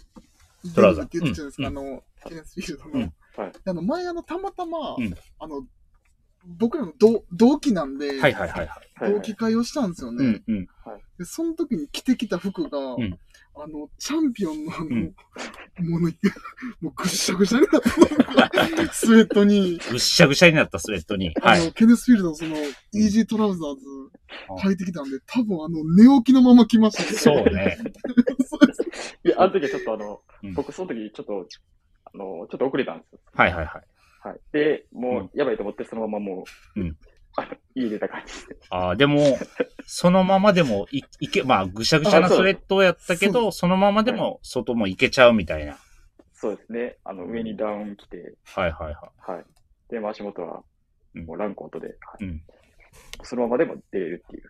Speaker 3: ー、
Speaker 1: トラウザー
Speaker 3: って言ってたじゃないですか、
Speaker 1: うん
Speaker 3: あの、ケネスフィール
Speaker 1: う
Speaker 3: ドの。
Speaker 1: ん
Speaker 2: はい
Speaker 3: あの前、あの、たまたま、
Speaker 1: うん
Speaker 3: あの、僕らの同同期なんで、
Speaker 1: はいはいはいはい。
Speaker 2: はいは
Speaker 3: 同
Speaker 2: い
Speaker 3: 期会をしたんですよね、
Speaker 1: うんうん。
Speaker 3: で。その時に着てきた服が、
Speaker 1: ん
Speaker 3: あの、チャンピオンのあの、
Speaker 1: ん
Speaker 3: もの、 もうぐっしゃぐしゃになったスウェットに、
Speaker 1: ぐっしゃぐしゃになったスウェットに。は
Speaker 3: あの、
Speaker 1: い。
Speaker 3: ケネスフィールドのその、イージートラウザーズ履いてきたんで、多分あの、寝起きのまま着ましたね。
Speaker 1: そうね。
Speaker 3: そうです
Speaker 2: いや、あの時ちょっとあの、
Speaker 1: うん
Speaker 2: 僕その時ちょっと、あの、ちょっと遅れたんですよ。
Speaker 1: はいはいはい。
Speaker 2: はい。で、もう、やばいと思って、そのままもう、
Speaker 1: うん
Speaker 2: あの、家出た感じで。
Speaker 1: ああ、でも、そのままでもい、いけ、まあ、ぐしゃぐしゃな
Speaker 2: あそう
Speaker 1: スウェットをやったけ
Speaker 3: そう
Speaker 1: ど、そのままでも、外も行けちゃうみたいな。
Speaker 2: そうですね。あの、上にダウン着て、
Speaker 1: はいはいは
Speaker 2: はい。で、まあ足元は、
Speaker 1: うん
Speaker 2: もうランコートで、はい
Speaker 1: い。うん。
Speaker 2: そのままでも出れるっていう。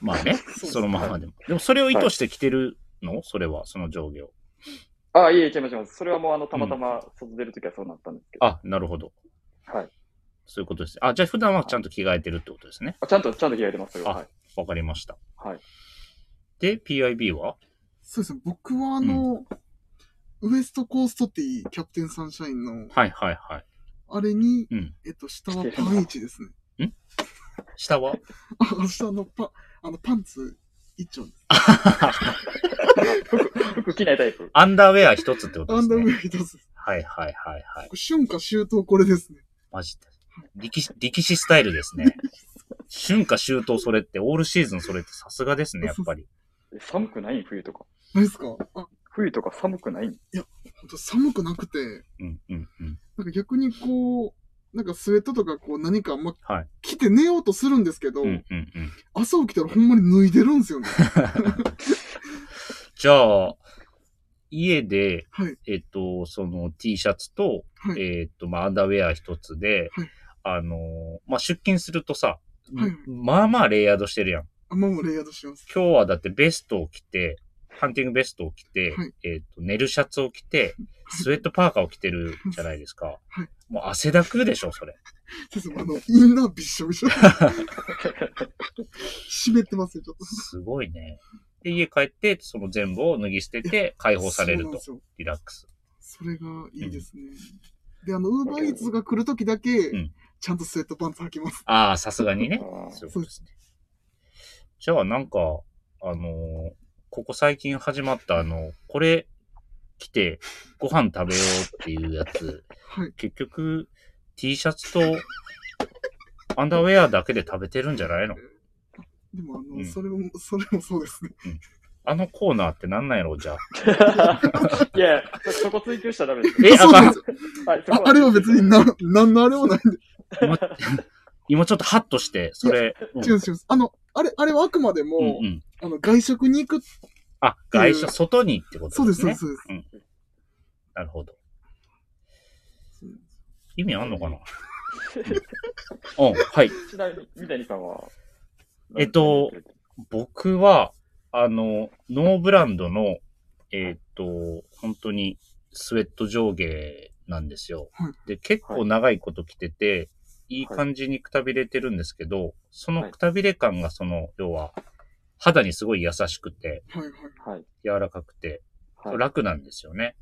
Speaker 1: ま あね、
Speaker 3: そう
Speaker 1: そのままでも。でも、それを意図して着てるのそれは、その上下を。
Speaker 2: ああ、いえいえ、違います違います。それはもう、あの、たまたま外出るときはそうなったんですけど、
Speaker 1: あ、なるほど。
Speaker 2: はい。
Speaker 1: そういうことですね。あ、じゃあ、普段はちゃんと着替えてるってことですね。
Speaker 2: あちゃんと、ちゃんと着替えてます、それは。
Speaker 1: あ
Speaker 2: はい。
Speaker 1: わかりました。
Speaker 2: はい。
Speaker 1: で、PIB は
Speaker 3: そうですね、僕はあの、ウエストコーストティー、キャプテンサンシャインの、
Speaker 1: はいはいはい。
Speaker 3: あれに、
Speaker 1: うん
Speaker 3: えっと、下はパンイチですね。
Speaker 1: 下は
Speaker 3: あ、下のパ、あの、パンツ一丁です。
Speaker 2: 服着ないタイプ。
Speaker 1: アンダーウェア一つってこと
Speaker 3: ア
Speaker 1: で
Speaker 3: ン
Speaker 1: す
Speaker 3: ダーウ
Speaker 1: ね。
Speaker 3: ェア一つです。
Speaker 1: はいはいはいはい。
Speaker 3: 春夏秋冬これですね。
Speaker 1: マジで。力士、力士スタイルですね。春夏秋冬それって、オールシーズンそれってさすがですね、やっぱり。
Speaker 2: 寒くない冬とか。
Speaker 3: ないですかあ、ほ
Speaker 2: 冬とか寒くない
Speaker 3: んと寒くなくて、
Speaker 1: うんうんうん。
Speaker 3: なんか逆にこう、なんかスウェットとかこう何か、ま、
Speaker 1: はい
Speaker 3: 着て寝ようとするんですけど、
Speaker 1: うんうんうん。
Speaker 3: 朝起きたらほんまに脱いでるんですよね。
Speaker 1: じゃあ、家で、
Speaker 3: はい
Speaker 1: えっと、その T シャツと、
Speaker 3: はい
Speaker 1: えっと、まあ、アンダーウェア一つで、
Speaker 3: はい
Speaker 1: あのーまあ、出勤するとさ、
Speaker 3: はい
Speaker 1: まあまあレイヤードしてるやん。
Speaker 3: あんまもうレイヤードします。
Speaker 1: 今日はだってベストを着て、ハンティングベストを着て、
Speaker 3: はい
Speaker 1: えっ、と、寝るシャツを着て、スウェットパーカーを着てるじゃないですか。
Speaker 3: はい
Speaker 1: もう汗だくでしょ、それ。
Speaker 3: 先生、あの、インナーびっしょび しょ。湿ってますよ、ちょっと。
Speaker 1: すごいね。で、家帰って、その全部を脱ぎ捨てて解放される
Speaker 3: そうなん
Speaker 1: と
Speaker 3: で。すよ
Speaker 1: リラックス。
Speaker 3: それがいいですね。で、あの、ウーバーイーツが来るときだけ
Speaker 1: ん、
Speaker 3: ちゃんとスウェットパンツ履きます。
Speaker 1: ああ、さすがに ね。
Speaker 2: あー
Speaker 1: そういうことですね。じゃあ、なんか、あのーここ最近始まった、あの、これ来てご飯食べようっていうやつ、
Speaker 3: はい。
Speaker 1: 結局 T シャツとアンダーウェアだけで食べてるんじゃないの
Speaker 3: でも、あの、
Speaker 1: うん
Speaker 3: それも、それもそうですね。
Speaker 1: あのコーナーってなんなんやろ、じゃ あ。
Speaker 2: いや、そそこ追求したらダメですよ。
Speaker 1: え、あ
Speaker 3: そう
Speaker 1: か
Speaker 3: なん
Speaker 1: ん
Speaker 3: です
Speaker 2: はい、そこ
Speaker 3: ああれは別にな、なんのあれもないんで。
Speaker 1: 今、今ちょっとハッとして、それ。うん
Speaker 3: 違う違う。あの、あれ、あれはあくまでも、
Speaker 1: うんうん。
Speaker 3: あの、外食に行く。
Speaker 1: あ、外食、外にってこ
Speaker 3: そ
Speaker 1: と
Speaker 3: う
Speaker 1: で
Speaker 3: です、
Speaker 1: す
Speaker 3: そうで
Speaker 1: ね。
Speaker 3: す、そうです。
Speaker 1: なるほど。意味あんのかなうん、はい。
Speaker 2: ちなみに、三谷さんは
Speaker 1: えっと、僕は、あの、ノーブランドの、えーっと、本当にスウェット上下なんですよ
Speaker 3: はい。
Speaker 1: で、結構長いこと着てて、いい感じにくたびれてるんですけど、そのくたびれ感がその、要は、肌にすごい優しくて、
Speaker 3: はいはい。
Speaker 2: はい。
Speaker 1: 柔らかくて、
Speaker 2: はい。
Speaker 1: 楽なんですよね。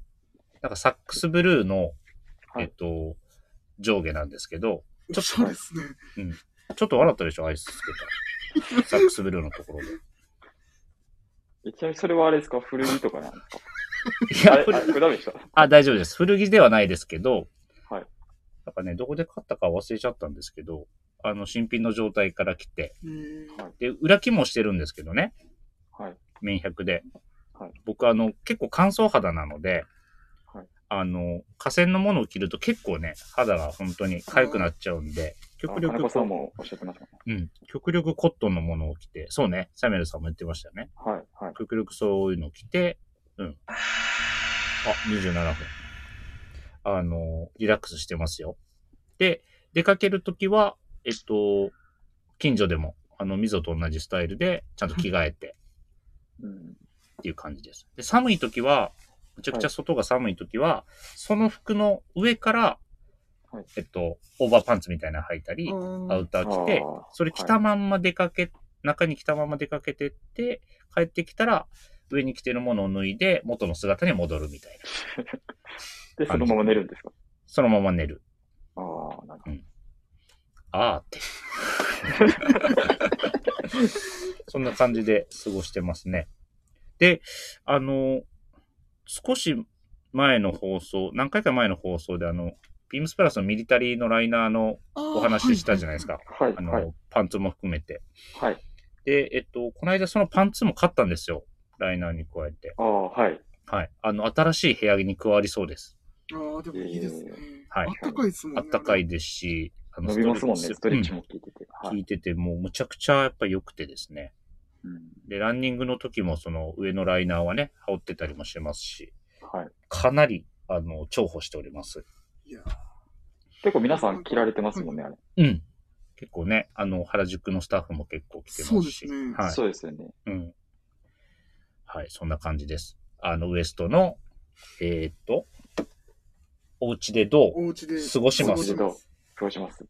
Speaker 1: なんかサックスブルーの、
Speaker 2: はい
Speaker 1: えっと、上下なんですけど、
Speaker 3: おしゃれですね。
Speaker 1: ちょっと笑ったでしょ、アイスつけ た。サックスブルーのところで。
Speaker 2: えちなみにそれはあれですか古着とかなんですか
Speaker 1: いや、
Speaker 2: あれ、
Speaker 1: これ
Speaker 2: あれこれダメでした。
Speaker 1: あ、大丈夫です。古着ではないですけど、
Speaker 2: はい。
Speaker 1: なんかね、どこで買ったか忘れちゃったんですけど、あの、新品の状態から来て、
Speaker 3: えー
Speaker 1: で、裏着もしてるんですけどね、
Speaker 2: はい。
Speaker 1: 綿100で。
Speaker 2: はい
Speaker 1: 僕、あの、結構乾燥肌なので、
Speaker 2: はい
Speaker 1: あの、河川のものを着ると結構ね、肌が本当に痒くなっちゃうんで、極
Speaker 2: あ金
Speaker 1: 力
Speaker 2: 子さ
Speaker 1: こ
Speaker 2: んもおっしゃってましたね。
Speaker 1: う、うん、極力コットンのものを着て、そうね、サメルさんも言ってましたよね。
Speaker 2: はい、はい。
Speaker 1: 極力そういうの着て、うん。あ、27分。あの、リラックスしてますよ。で、出かけるときは、えっと、近所でも、あの、溝と同じスタイルで、ちゃんと着替えて
Speaker 2: う
Speaker 1: っ
Speaker 2: ん。
Speaker 1: ていう感じです。で、寒いときは、むちゃくちゃ外が寒いときは、その服の上から、
Speaker 2: はい
Speaker 1: えっと、オーバーパンツみたいなの履いたり、アウター着て
Speaker 2: あー、
Speaker 1: それ着たまんま出かけ、中に着たまま出かけてって、帰ってきたら、上に着てるものを脱いで、元の姿に戻るみたいな。
Speaker 2: で、そのまま寝るんですか
Speaker 1: そのまま寝る。
Speaker 2: ああ、なんか。
Speaker 1: あーって。 そんな感じで過ごしてますね。で、あの、少し前の放送、何回か前の放送で、あの、ビームスプラスのミリタリーのライナーのお話ししたじゃないです
Speaker 3: か。
Speaker 1: か。
Speaker 2: はい、
Speaker 1: あの、
Speaker 2: はい、
Speaker 1: パンツも含めて。
Speaker 2: はい。
Speaker 1: で、えっと、この間そのパンツも買ったんですよ。ライナーに加えて。
Speaker 2: ああ、はい。
Speaker 1: はい。あの、新しい部屋着に加わりそうです。
Speaker 3: ああ、でもいいですね。
Speaker 1: はい
Speaker 3: あったかいですもん
Speaker 1: あ
Speaker 3: ね。
Speaker 1: ったかいですし、あ
Speaker 2: 伸びますもんね、ストレッチ
Speaker 1: も。
Speaker 2: も効いてて。
Speaker 1: うん
Speaker 2: は
Speaker 1: 効
Speaker 2: い。
Speaker 1: いてて、もうむちゃくちゃやっぱ良くてですね。
Speaker 2: うん
Speaker 1: で、ランニングの時もその上のライナーはね、羽織ってたりもしてますし、
Speaker 2: はい。
Speaker 1: かなり、あの、重宝しております。
Speaker 3: いや
Speaker 2: 結構皆さん着られてますもんね、あれ。
Speaker 1: うん。結構ね、あの、原宿のスタッフも結構来て
Speaker 3: そ
Speaker 1: ま
Speaker 3: う
Speaker 1: す
Speaker 3: で
Speaker 1: し。
Speaker 3: すね
Speaker 1: はい。
Speaker 2: そうですよね。
Speaker 1: うん。はい、そんな感じです。あの、ウエストの、えーっと、お家でどう
Speaker 3: お家で。
Speaker 1: 過ごしま
Speaker 2: 一
Speaker 1: す。
Speaker 2: 度、過ごします。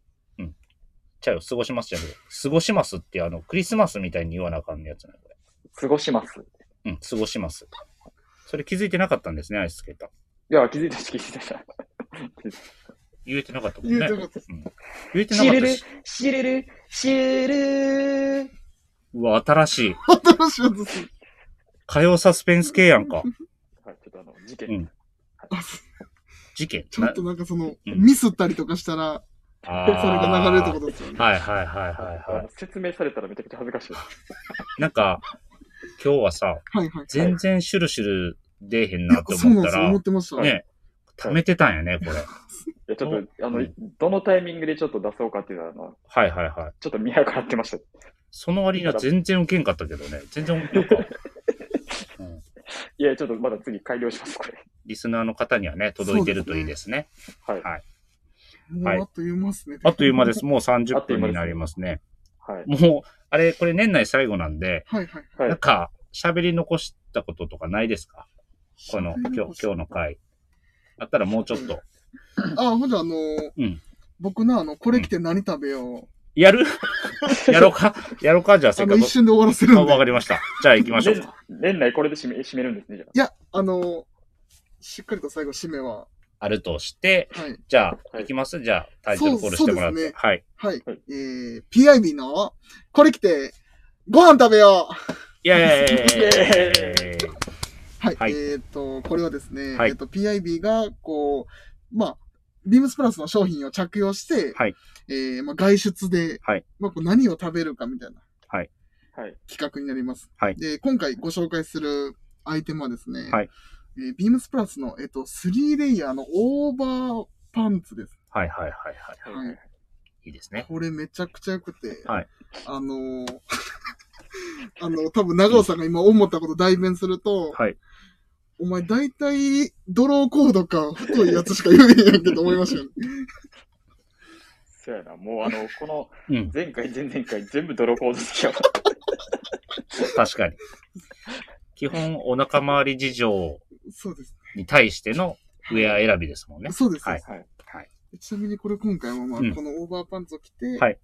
Speaker 1: ちゃうよ、過ごしますじゃん。過ごしますって、あの、クリスマスみたいに言わなあかんのやつなの、これ。
Speaker 2: 過ごします。い
Speaker 1: うん、過ごします。それ気づいてなかったんですね、アイスつけた。
Speaker 2: や、気づいたし、気づいたし。
Speaker 1: 言えてなかったもん
Speaker 3: 言
Speaker 1: ね。
Speaker 3: えてなかったです。
Speaker 1: うん言えてなかったし。
Speaker 2: しれる、しれる。
Speaker 1: うわ、新しい。
Speaker 3: 新しいやつです。
Speaker 1: 火曜サスペンス系やんか。
Speaker 2: はい、ちょっとあの、事
Speaker 1: うん
Speaker 2: 件。
Speaker 3: あ
Speaker 1: 事件。
Speaker 3: ちょっとなんかその、
Speaker 1: うん
Speaker 3: ミスったりとかしたら、
Speaker 1: あ
Speaker 3: それ
Speaker 1: ー
Speaker 3: が流れるってことですよね。
Speaker 1: はいはいはいはいは
Speaker 2: 説明されたらめちゃくちゃ恥ずかしい。
Speaker 1: い。なんか、今日はさ、
Speaker 3: はいはい。
Speaker 1: 全然シュルシュル出えへん
Speaker 3: い
Speaker 1: な
Speaker 3: や
Speaker 1: と
Speaker 3: そう
Speaker 1: 思っ
Speaker 3: なんで
Speaker 1: た
Speaker 3: すよ。思
Speaker 1: ら
Speaker 3: っ、てました。
Speaker 1: ね、溜めてたんやね、これ。
Speaker 2: いや、ちょっと、あ
Speaker 1: う
Speaker 2: の
Speaker 1: ん、
Speaker 2: どのタイミングでちょっと出そうかっていうのは、あの
Speaker 1: はいはいはい。
Speaker 2: ちょっと見計らってました。
Speaker 1: その割には全然受けんかったけどね。全然なんか、うん、
Speaker 2: いや、ちょっとまだ次改良します、これ。
Speaker 1: リスナーの方にはね、届いてるといいですね。
Speaker 2: はい。
Speaker 1: はい
Speaker 3: もうあっという間ですね。。
Speaker 1: あっという間ですす。もう30分になりますね。
Speaker 2: はい。
Speaker 1: もう、あれ、これ年内最後なんで、
Speaker 3: はいはい。
Speaker 2: はい
Speaker 1: なんか、喋り残したこととかないですかこの、
Speaker 3: 喋り
Speaker 1: 今
Speaker 3: 残
Speaker 1: 日
Speaker 3: し、た
Speaker 1: 今日の回。あったらもうちょっと。
Speaker 3: あ、ほんじゃ、あの
Speaker 1: うん、
Speaker 3: 僕な、あの、これ着て何食べよ
Speaker 1: やるやろうかやろうかじゃあ、
Speaker 3: う。
Speaker 1: せ
Speaker 3: あ
Speaker 1: っ
Speaker 3: の、
Speaker 1: かく
Speaker 3: 一。瞬で終わらせ
Speaker 1: あ
Speaker 3: るん
Speaker 1: わか
Speaker 3: で。
Speaker 1: りました。じゃあ行きましょう。
Speaker 2: 年年内これで締め締めるんですね、じゃ
Speaker 3: いや、あの、しっかりと最後、締めは。
Speaker 1: あるとして、
Speaker 3: はい。
Speaker 1: じゃあ、
Speaker 2: はい
Speaker 1: いきますじゃあ、タイトルコールしてもらっ
Speaker 3: そうそう
Speaker 1: て。
Speaker 3: です
Speaker 1: はい。
Speaker 3: はい。
Speaker 2: はい
Speaker 3: えー、PIB の、これ来て、ご飯食べよう
Speaker 1: イェ
Speaker 2: イ
Speaker 1: ーイ
Speaker 3: はい。
Speaker 1: はい
Speaker 3: えーっと、これはですね、
Speaker 1: はい
Speaker 3: えーっと、PIB が、こう、まあ、ビームスプラスの商品を着用して、
Speaker 1: はい
Speaker 3: えーまあ、外出で、
Speaker 1: はい
Speaker 3: まあ、こう何を食べるかみたいな
Speaker 2: はい。
Speaker 3: 企画になります。
Speaker 1: はい
Speaker 3: で、今回ご紹介するアイテムはですね、
Speaker 1: はい
Speaker 3: えービームスプラスの、えーっと、3レイヤーのオーバーパンツです。
Speaker 1: はいはいはいはい。
Speaker 2: はい
Speaker 3: はい
Speaker 1: いいですね。
Speaker 3: これめちゃくちゃ良くて、
Speaker 1: はい
Speaker 3: あのー あの、多分長尾さんが今思ったこと代弁すると、
Speaker 1: はい。
Speaker 3: お前大体ドローコードか太いやつしか言えへんやんけと思い ましたよね。
Speaker 2: そうやな。もうあの、この
Speaker 1: うん、
Speaker 2: 前回、前々回、全部泥棒ですけど。
Speaker 1: 確かに。基本、お腹周り事情
Speaker 3: そうです。
Speaker 1: に対してのウェア選びですもんね。
Speaker 3: そうです。
Speaker 1: はい
Speaker 2: はい。
Speaker 3: ちなみにこれ今回はまあ、
Speaker 1: うん
Speaker 3: このオーバーパンツを着て、
Speaker 1: はい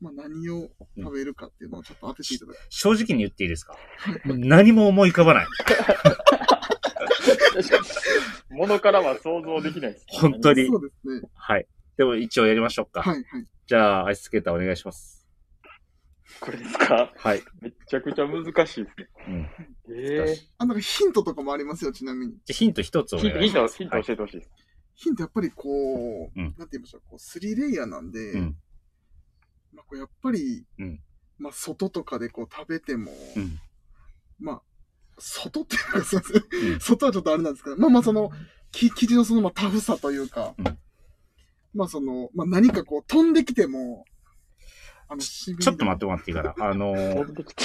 Speaker 3: まあ何を食べるかっていうのをちょっと当てていただく。
Speaker 1: 正直に言っていいですかもう何も思い浮かばない。
Speaker 2: 確かに物からは想像できないです。
Speaker 1: 本当に
Speaker 3: そうですね。
Speaker 1: はい。でも一応やりましょうか。
Speaker 3: はいはい。
Speaker 1: じゃあ、アイススケーターお願いします。
Speaker 2: これですか
Speaker 1: はい。
Speaker 2: めちゃくちゃ難しいですね。
Speaker 1: うん。難
Speaker 2: え
Speaker 1: し
Speaker 3: あ、なんかヒントとかもありますよ、ちなみに。
Speaker 1: じゃあヒント一つ
Speaker 2: え
Speaker 1: お
Speaker 2: ヒント、
Speaker 1: 願い
Speaker 2: ヒ
Speaker 1: し
Speaker 2: ン
Speaker 1: ま
Speaker 2: ト、
Speaker 1: す。
Speaker 2: ヒント教えてほしいです。
Speaker 3: ヒントやっぱりこう、
Speaker 1: うん
Speaker 3: なんて言いましょう、こう、スリレイヤーなんで、
Speaker 1: うん
Speaker 3: まあこうやっぱり、
Speaker 1: うん
Speaker 3: まあ外とかでこう食べても、
Speaker 1: はいうん。
Speaker 3: まあ、外っていうか、すいません
Speaker 1: うん
Speaker 3: 外はちょっとあれなんですけど、まあまあその、き生地のそのまあタフさというか、
Speaker 1: うん
Speaker 3: まあその、まあ何かこう飛んできても、あの、ち
Speaker 1: ちょっと待ってもらっていいかな。あのー
Speaker 2: 飛んできて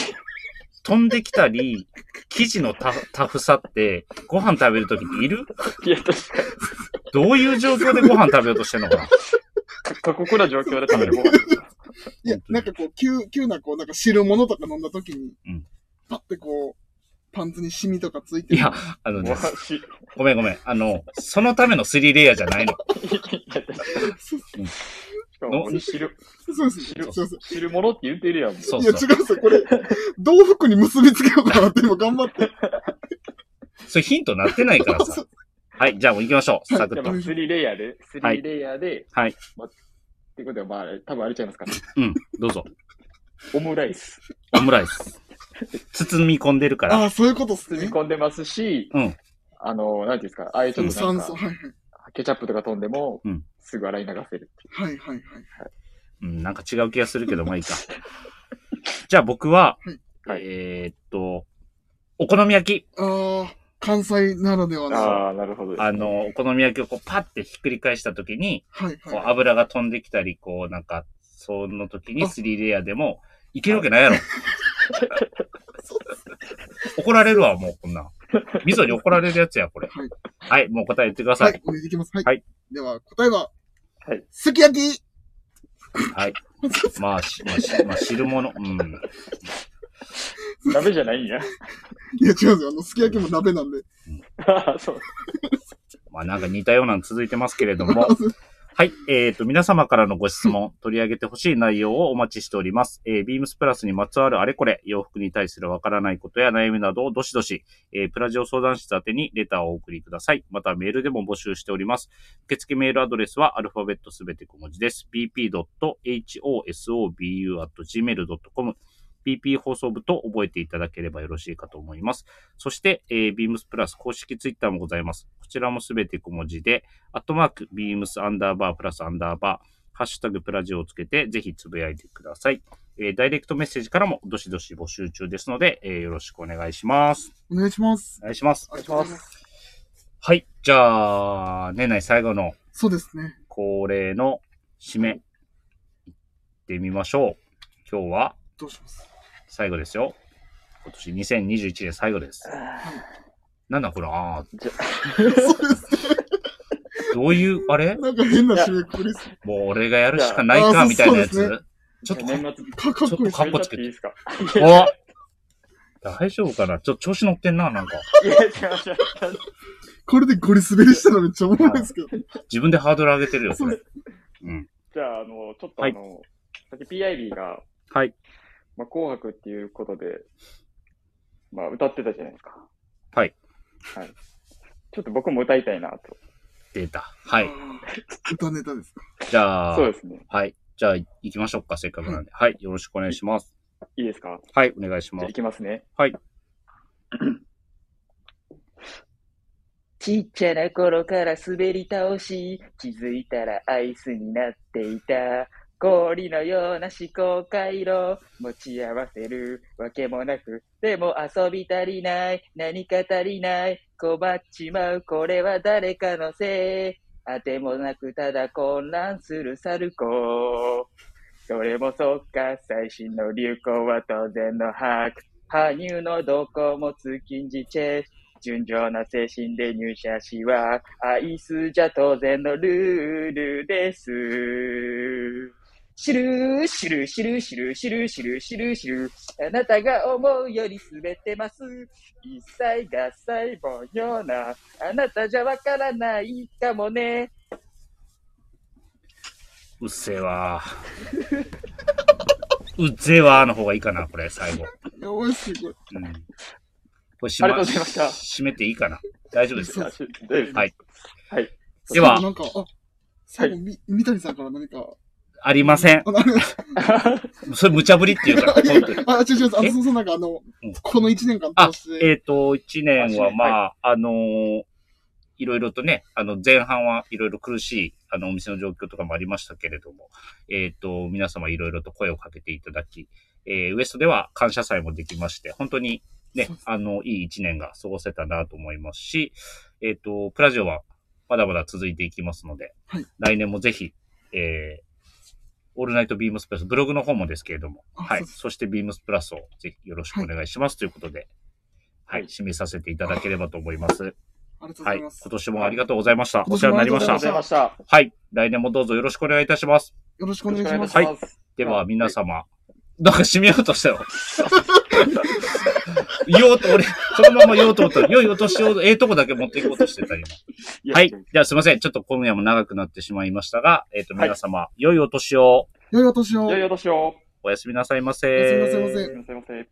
Speaker 1: 飛んできたり、生地のタフタフさって、ご飯食べるときにいる
Speaker 2: いや、確かに。
Speaker 1: どういう状況でご飯食べようとしてんのかな
Speaker 2: か過酷な状況で食べるご飯。
Speaker 3: いや
Speaker 1: 本、当に
Speaker 3: なんかこう、急、急なこう、なんか汁物とか飲んだ時に、
Speaker 1: うん
Speaker 3: パッてこう、パンツにシミとかついてる
Speaker 1: いやあのね
Speaker 2: わ、し、い
Speaker 1: ごめんごめん。あの、そのためのスリーレイヤーじゃ ないの。
Speaker 2: や確かに
Speaker 3: そう
Speaker 2: しかも、汁、
Speaker 3: そうですね。
Speaker 2: 汁
Speaker 3: すいません。
Speaker 2: 汁物って言ってるやん。
Speaker 1: そう
Speaker 3: いや、
Speaker 1: そう。
Speaker 3: 違うんですよ。これ、道服に結びつけようかなって今頑張って。
Speaker 1: それヒントなってないからさ。はい、じゃあもう行きましょう。サク
Speaker 2: じゃ
Speaker 1: ッ
Speaker 2: あま
Speaker 1: と
Speaker 2: あ、。スリーレイヤーで、スリ
Speaker 1: はい
Speaker 2: ーレイヤーで、
Speaker 1: はい。
Speaker 2: まあ、ってことは、まあ、多分あれちゃいますかね。
Speaker 1: うん、どうぞ。
Speaker 2: オムライス。
Speaker 1: オムライス。包み込んでるから。
Speaker 3: ああ、そういうことっす
Speaker 2: 包み
Speaker 3: ね。
Speaker 2: 込んでますし、
Speaker 1: うん
Speaker 2: あの、なんていうんですか、ああいうちょっとなん
Speaker 3: 酸素、
Speaker 2: か、
Speaker 3: はいはい。
Speaker 2: ケチャップとか飛んでも、
Speaker 1: うん
Speaker 2: すぐ洗い流せるってい
Speaker 3: はいはいはい。
Speaker 1: うん、なんか違う気がするけど、まあい いか。じゃあ僕は、
Speaker 2: はい
Speaker 1: えーっと、お好み焼き。
Speaker 3: ああ、関西ならでは
Speaker 2: う。
Speaker 3: の。
Speaker 2: ああ、なるほどですね
Speaker 1: あ、の、お好み焼きをこうパッてひっくり返したときに、
Speaker 3: はい
Speaker 1: こう
Speaker 3: はい。
Speaker 1: 油が飛んできたり、こうなんか、その時にスリーレイヤーでも、いけるわけ ないやろ。怒られるわ、もうこんなん。みそに怒られるやつや、これ。
Speaker 3: はい
Speaker 1: はい、もう答え言ってくださ。
Speaker 3: はいい、お願いできます。はい。
Speaker 1: はい
Speaker 3: では、答えは、
Speaker 2: はい。
Speaker 3: すき焼き
Speaker 1: はい。まあ、しまあ、しまあ、汁物。うん。
Speaker 2: 鍋じゃないんや。
Speaker 3: いや、違うんですよ。あの、すき焼きも鍋なんで。
Speaker 2: あーそう。
Speaker 1: まあ、なんか似たようなの続いてますけれども。はい。えっ、と、皆様からのご質問、取り上げてほしい内容をお待ちしております。えー、ビームスプラスにまつわるあれこれ、洋服に対するわからないことや悩みなどをどしどし、えー、プラジオ相談室宛てにレターをお送りください。またメールでも募集しております。受付メールアドレスはアルファベットすべて小文字です。bp.hosobu.gmail.com BP 放送部と覚えていただければよろしいかと思います。そして、えー、ビームスプラス公式ツイッターもございます。こちらもすべて小文字で、アットマーク、ビームスアンダーバープラスアンダーバー、ハッシュタグプラジオをつけて、ぜひつぶやいてください。えーダイレクトメッセージからもどしどし募集中ですので、えーよろしくお願いします。
Speaker 3: お願いします
Speaker 1: お。願いします。
Speaker 3: お
Speaker 2: 願いします
Speaker 3: す。
Speaker 1: はい。じゃあ、年内最後の
Speaker 3: そうですね。
Speaker 1: 恒例の締め、行ってみましょう。今日は
Speaker 3: どうします
Speaker 1: 最後ですよ。今年2021年最後です。なんだこの、あー
Speaker 3: そうですね。
Speaker 1: どういう、あれ
Speaker 3: なんか変な締めくくりっす。
Speaker 1: もう俺がやるしかないか、みたいなや
Speaker 3: いやあーそう
Speaker 1: つ。ちょっと
Speaker 2: 年末、
Speaker 3: かかっこいいっす
Speaker 1: カ
Speaker 2: か
Speaker 1: ッ
Speaker 2: っ
Speaker 1: コ
Speaker 2: こ
Speaker 1: つ
Speaker 2: つ
Speaker 1: けて
Speaker 2: けていいですか
Speaker 1: お大丈夫かなちょっと調子乗ってんな、なんか。
Speaker 2: いや、違う違う。
Speaker 3: これでゴリ滑りしたのめっちゃおもろいですけど。
Speaker 1: 自分でハードル上げてるよ、これ。
Speaker 2: じゃあ、あの、ちょっとあの、さっき PIB が、
Speaker 1: はい。
Speaker 2: まあ、紅白っていうことで、まあ、歌ってたじゃないですか。
Speaker 1: はい。
Speaker 2: はい。ちょっと僕も歌いたいなと。
Speaker 1: 出た。はい。。
Speaker 3: 歌ネタですか。
Speaker 1: じゃあ
Speaker 2: そ、うですね。
Speaker 1: はい。じゃあ、行きましょうか。せっかくなんで。はい。よろしくお願いします。
Speaker 2: いいですか
Speaker 1: はい。お願いし
Speaker 2: じゃ
Speaker 1: ま
Speaker 2: あ
Speaker 1: す
Speaker 2: い。きますね。
Speaker 1: はい。
Speaker 2: ちっちゃな頃から滑り倒し、気づいたらアイスになっていた。氷のような思考回路、持ち合わせるわけもなく、でも遊び足りない、何か足りない、困っちまう、これは誰かのせい。あてもなくただ混乱する猿子。それもそっか、最新の流行は当然の把握。羽生の動向も通勤時チェス。純情な精神で入社しは、アイスじゃ当然のルールです。知る、知る、知る、知る、知る、知る、知る、知る。あなたが思うより滑ってます。一切合切凡よな。あなたじゃわからないかもね。
Speaker 1: うっせえわ ー。うっぜえわーの方がいいかな、これ、最後。
Speaker 3: やばいし、これ。
Speaker 1: うん。これしま、
Speaker 2: ありがとうございました
Speaker 1: 締めていいかな。大丈夫ですかはいで
Speaker 3: で
Speaker 1: は
Speaker 3: なんか、あ、最後、み、三谷さんから何か。
Speaker 1: ありません。
Speaker 3: あ、なる
Speaker 1: それ無茶ぶりっていう から、本当に。
Speaker 3: あ、違う違う、あ
Speaker 1: え
Speaker 3: の、そうそう、なんかあの
Speaker 1: うん、
Speaker 3: この一年間
Speaker 1: あ
Speaker 3: 通して、
Speaker 1: えっ、と、一年はまあ、
Speaker 2: は
Speaker 1: あのーいろいろとね、あの、前半はいろいろ苦しい、あの、お店の状況とかもありましたけれども、えっ、と、皆様いろいろと声をかけていただき、えーウエストでは感謝祭もできまして、本当にね
Speaker 3: そうで、
Speaker 1: あの、いい一年が過ごせたなと思いますし、えっ、と、プラジオはまだまだ続いていきますので、
Speaker 3: はい
Speaker 1: 来年もぜひ、えーオールナイトビームスプラス、ブログの方もですけれども、
Speaker 3: あ
Speaker 1: はい。
Speaker 3: そう
Speaker 1: そしてビームスプラスをぜひよろしくお願いします、ということで、はい、
Speaker 2: はい
Speaker 1: 締めさせていただければと思います。
Speaker 3: ありが
Speaker 1: は
Speaker 3: とうござ
Speaker 1: い。
Speaker 3: い
Speaker 1: 今
Speaker 3: ます。
Speaker 1: 年もありがとうございました。お
Speaker 3: 今
Speaker 1: 世
Speaker 3: 年
Speaker 1: 話に
Speaker 3: も
Speaker 1: な
Speaker 3: あ
Speaker 1: りま
Speaker 3: りが
Speaker 1: した
Speaker 3: とうご。ざいま
Speaker 2: した。
Speaker 1: はい。来年もどうぞよろしくお願いいたします。
Speaker 3: よろしく
Speaker 2: よろ
Speaker 3: お
Speaker 2: し
Speaker 3: 願い
Speaker 2: くお
Speaker 3: し
Speaker 2: 願いいた
Speaker 3: ま
Speaker 2: し
Speaker 3: す。
Speaker 2: ます。
Speaker 1: では、皆様。なんか締めようとしたよ。 言おうと、俺、そのまま言おうと思ったら、良いお年を、ええとこだけ持っていこうとしてた、今。
Speaker 2: や
Speaker 1: はい。では、すいません。ちょっと今夜も長くなってしまいましたが、えっ、と、
Speaker 2: はい
Speaker 1: 皆様、良いお年を、
Speaker 3: 良いお年を。
Speaker 2: 良いお年を。
Speaker 1: おやすみなさいませ。
Speaker 3: おやすみなさいませ
Speaker 2: すみません。